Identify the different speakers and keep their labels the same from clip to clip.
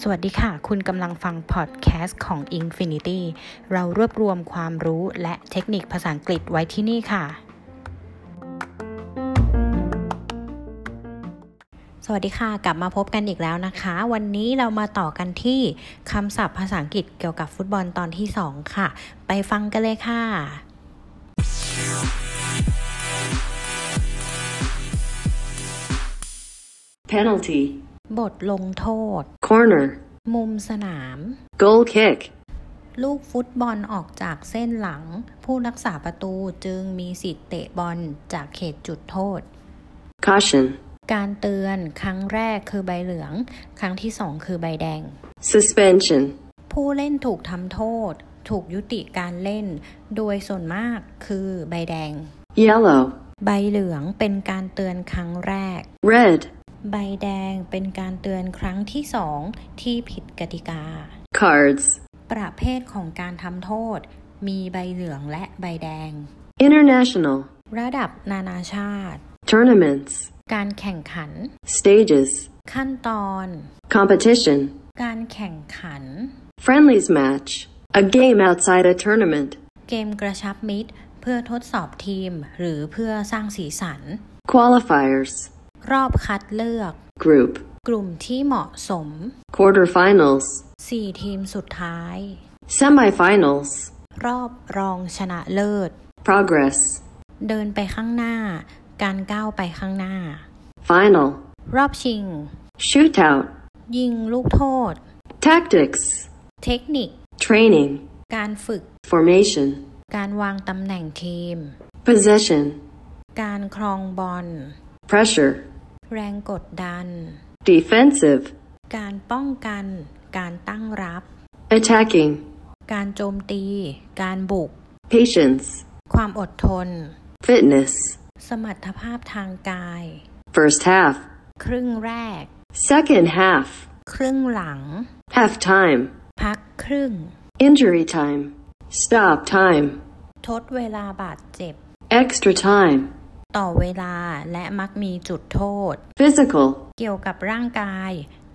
Speaker 1: สวัสดีค่ะ คุณกำลังฟังพอดแคสต์ของ Infinity เรารวบรวมความรู้และเทคนิคภาษาอังกฤษไว้ที่นี่ค่ะ สวัสดีค่ะ กลับมาพบกันอีกแล้วนะคะ วันนี้เรามาต่อกันที่คำศัพท์ภาษาอังกฤษเกี่ยวกับฟุตบอลตอนที่ 2 ค่ะ ไปฟังกันเลยค่ะ
Speaker 2: penalty,
Speaker 1: บทลงโทษ
Speaker 2: corner,
Speaker 1: มุมสนาม
Speaker 2: goal kick,
Speaker 1: ลูกฟุตบอลออกจากเส้นหลัง ผู้รักษาประตูจึงมีสิทธิ์เตะบอลจากเขตจุดโทษ
Speaker 2: caution,
Speaker 1: การเตือนครั้งแรกคือใบเหลือง ครั้งที่สองคือใบแดง
Speaker 2: suspension,
Speaker 1: ผู้เล่นถูกทำโทษ ถูกยุติการเล่น โดยส่วนมากคือใบแดง
Speaker 2: yellow,
Speaker 1: ใบเหลืองเป็นการเตือนครั้งแรก
Speaker 2: red,
Speaker 1: ใบแดงเป็นการเตือนครั้งที่สองที่ผิดกติกา
Speaker 2: cards,
Speaker 1: ประเภทของการทำโทษ มีใบเหลืองและใบแดง
Speaker 2: international,
Speaker 1: ระดับนานาชาติ
Speaker 2: tournaments,
Speaker 1: การแข่งขัน
Speaker 2: stages,
Speaker 1: ขั้นตอน
Speaker 2: competition,
Speaker 1: การแข่งขัน
Speaker 2: friendlies match, a game outside a tournament,
Speaker 1: เกมกระชับมิตร เพื่อทดสอบทีม หรือเพื่อสร้างสีสัน
Speaker 2: qualifiers,
Speaker 1: รอบคัดเลือก
Speaker 2: group,
Speaker 1: กลุ่มที่เหมาะสม
Speaker 2: quarterfinals,
Speaker 1: 4 ทีมสุดท้าย
Speaker 2: semifinals,
Speaker 1: รอบรองชนะเลิศ
Speaker 2: progress,
Speaker 1: เดินไปข้างหน้า การก้าวไปข้างหน้า
Speaker 2: final,
Speaker 1: รอบชิง
Speaker 2: shootout,
Speaker 1: ยิงลูกโทษ
Speaker 2: tactics,
Speaker 1: เทคนิค
Speaker 2: training,
Speaker 1: การฝึก
Speaker 2: formation,
Speaker 1: การวางตำแหน่งทีม
Speaker 2: possession,
Speaker 1: การครองบอล
Speaker 2: pressure,
Speaker 1: แรงกดดัน
Speaker 2: defensive,
Speaker 1: การป้องกัน การตั้งรับ
Speaker 2: attacking,
Speaker 1: การโจมตี การบุก
Speaker 2: patience,
Speaker 1: ความอดทน
Speaker 2: fitness,
Speaker 1: สมรรถภาพทางกาย
Speaker 2: first half,
Speaker 1: ครึ่งแรก
Speaker 2: second half,
Speaker 1: ครึ่งหลัง
Speaker 2: half time,
Speaker 1: พักครึ่ง
Speaker 2: injury time, stop time,
Speaker 1: ทดเวลาบาดเจ็บ
Speaker 2: extra time,
Speaker 1: ต่อเวลาและมักมีจุดโทษ
Speaker 2: physical,
Speaker 1: เกี่ยวกับร่างกาย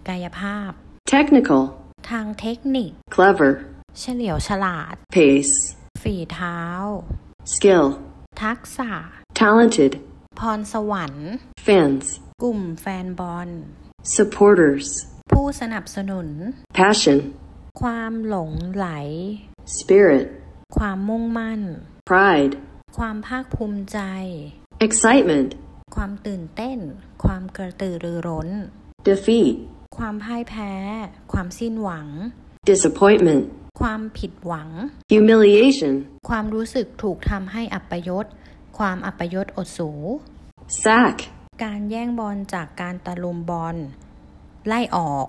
Speaker 1: กายภาพ
Speaker 2: technical,
Speaker 1: ทางเทคนิค
Speaker 2: clever,
Speaker 1: เฉลียวฉลาด
Speaker 2: pace,
Speaker 1: ฝีเท้า
Speaker 2: skill,
Speaker 1: ทักษะ
Speaker 2: talented,
Speaker 1: พรสวรรค์
Speaker 2: fans,
Speaker 1: กลุ่มแฟนบอล
Speaker 2: supporters,
Speaker 1: ผู้สนับสนุน
Speaker 2: passion,
Speaker 1: ความหลงไหล
Speaker 2: spirit,
Speaker 1: ความมุ่งมั่น
Speaker 2: pride,
Speaker 1: ความภาคภูมิใจ
Speaker 2: excitement,
Speaker 1: ความตื่นเต้น ความกระตือรือร้น
Speaker 2: defeat,
Speaker 1: ความพ่ายแพ้ ความสิ้นหวัง
Speaker 2: disappointment,
Speaker 1: ความผิดหวัง
Speaker 2: humiliation,
Speaker 1: ความรู้สึกถูกทำให้อัปยศ ความอัปยศอดสู
Speaker 2: sack,
Speaker 1: การแย่งบอลจากการตะลุมบอล ไล่ออก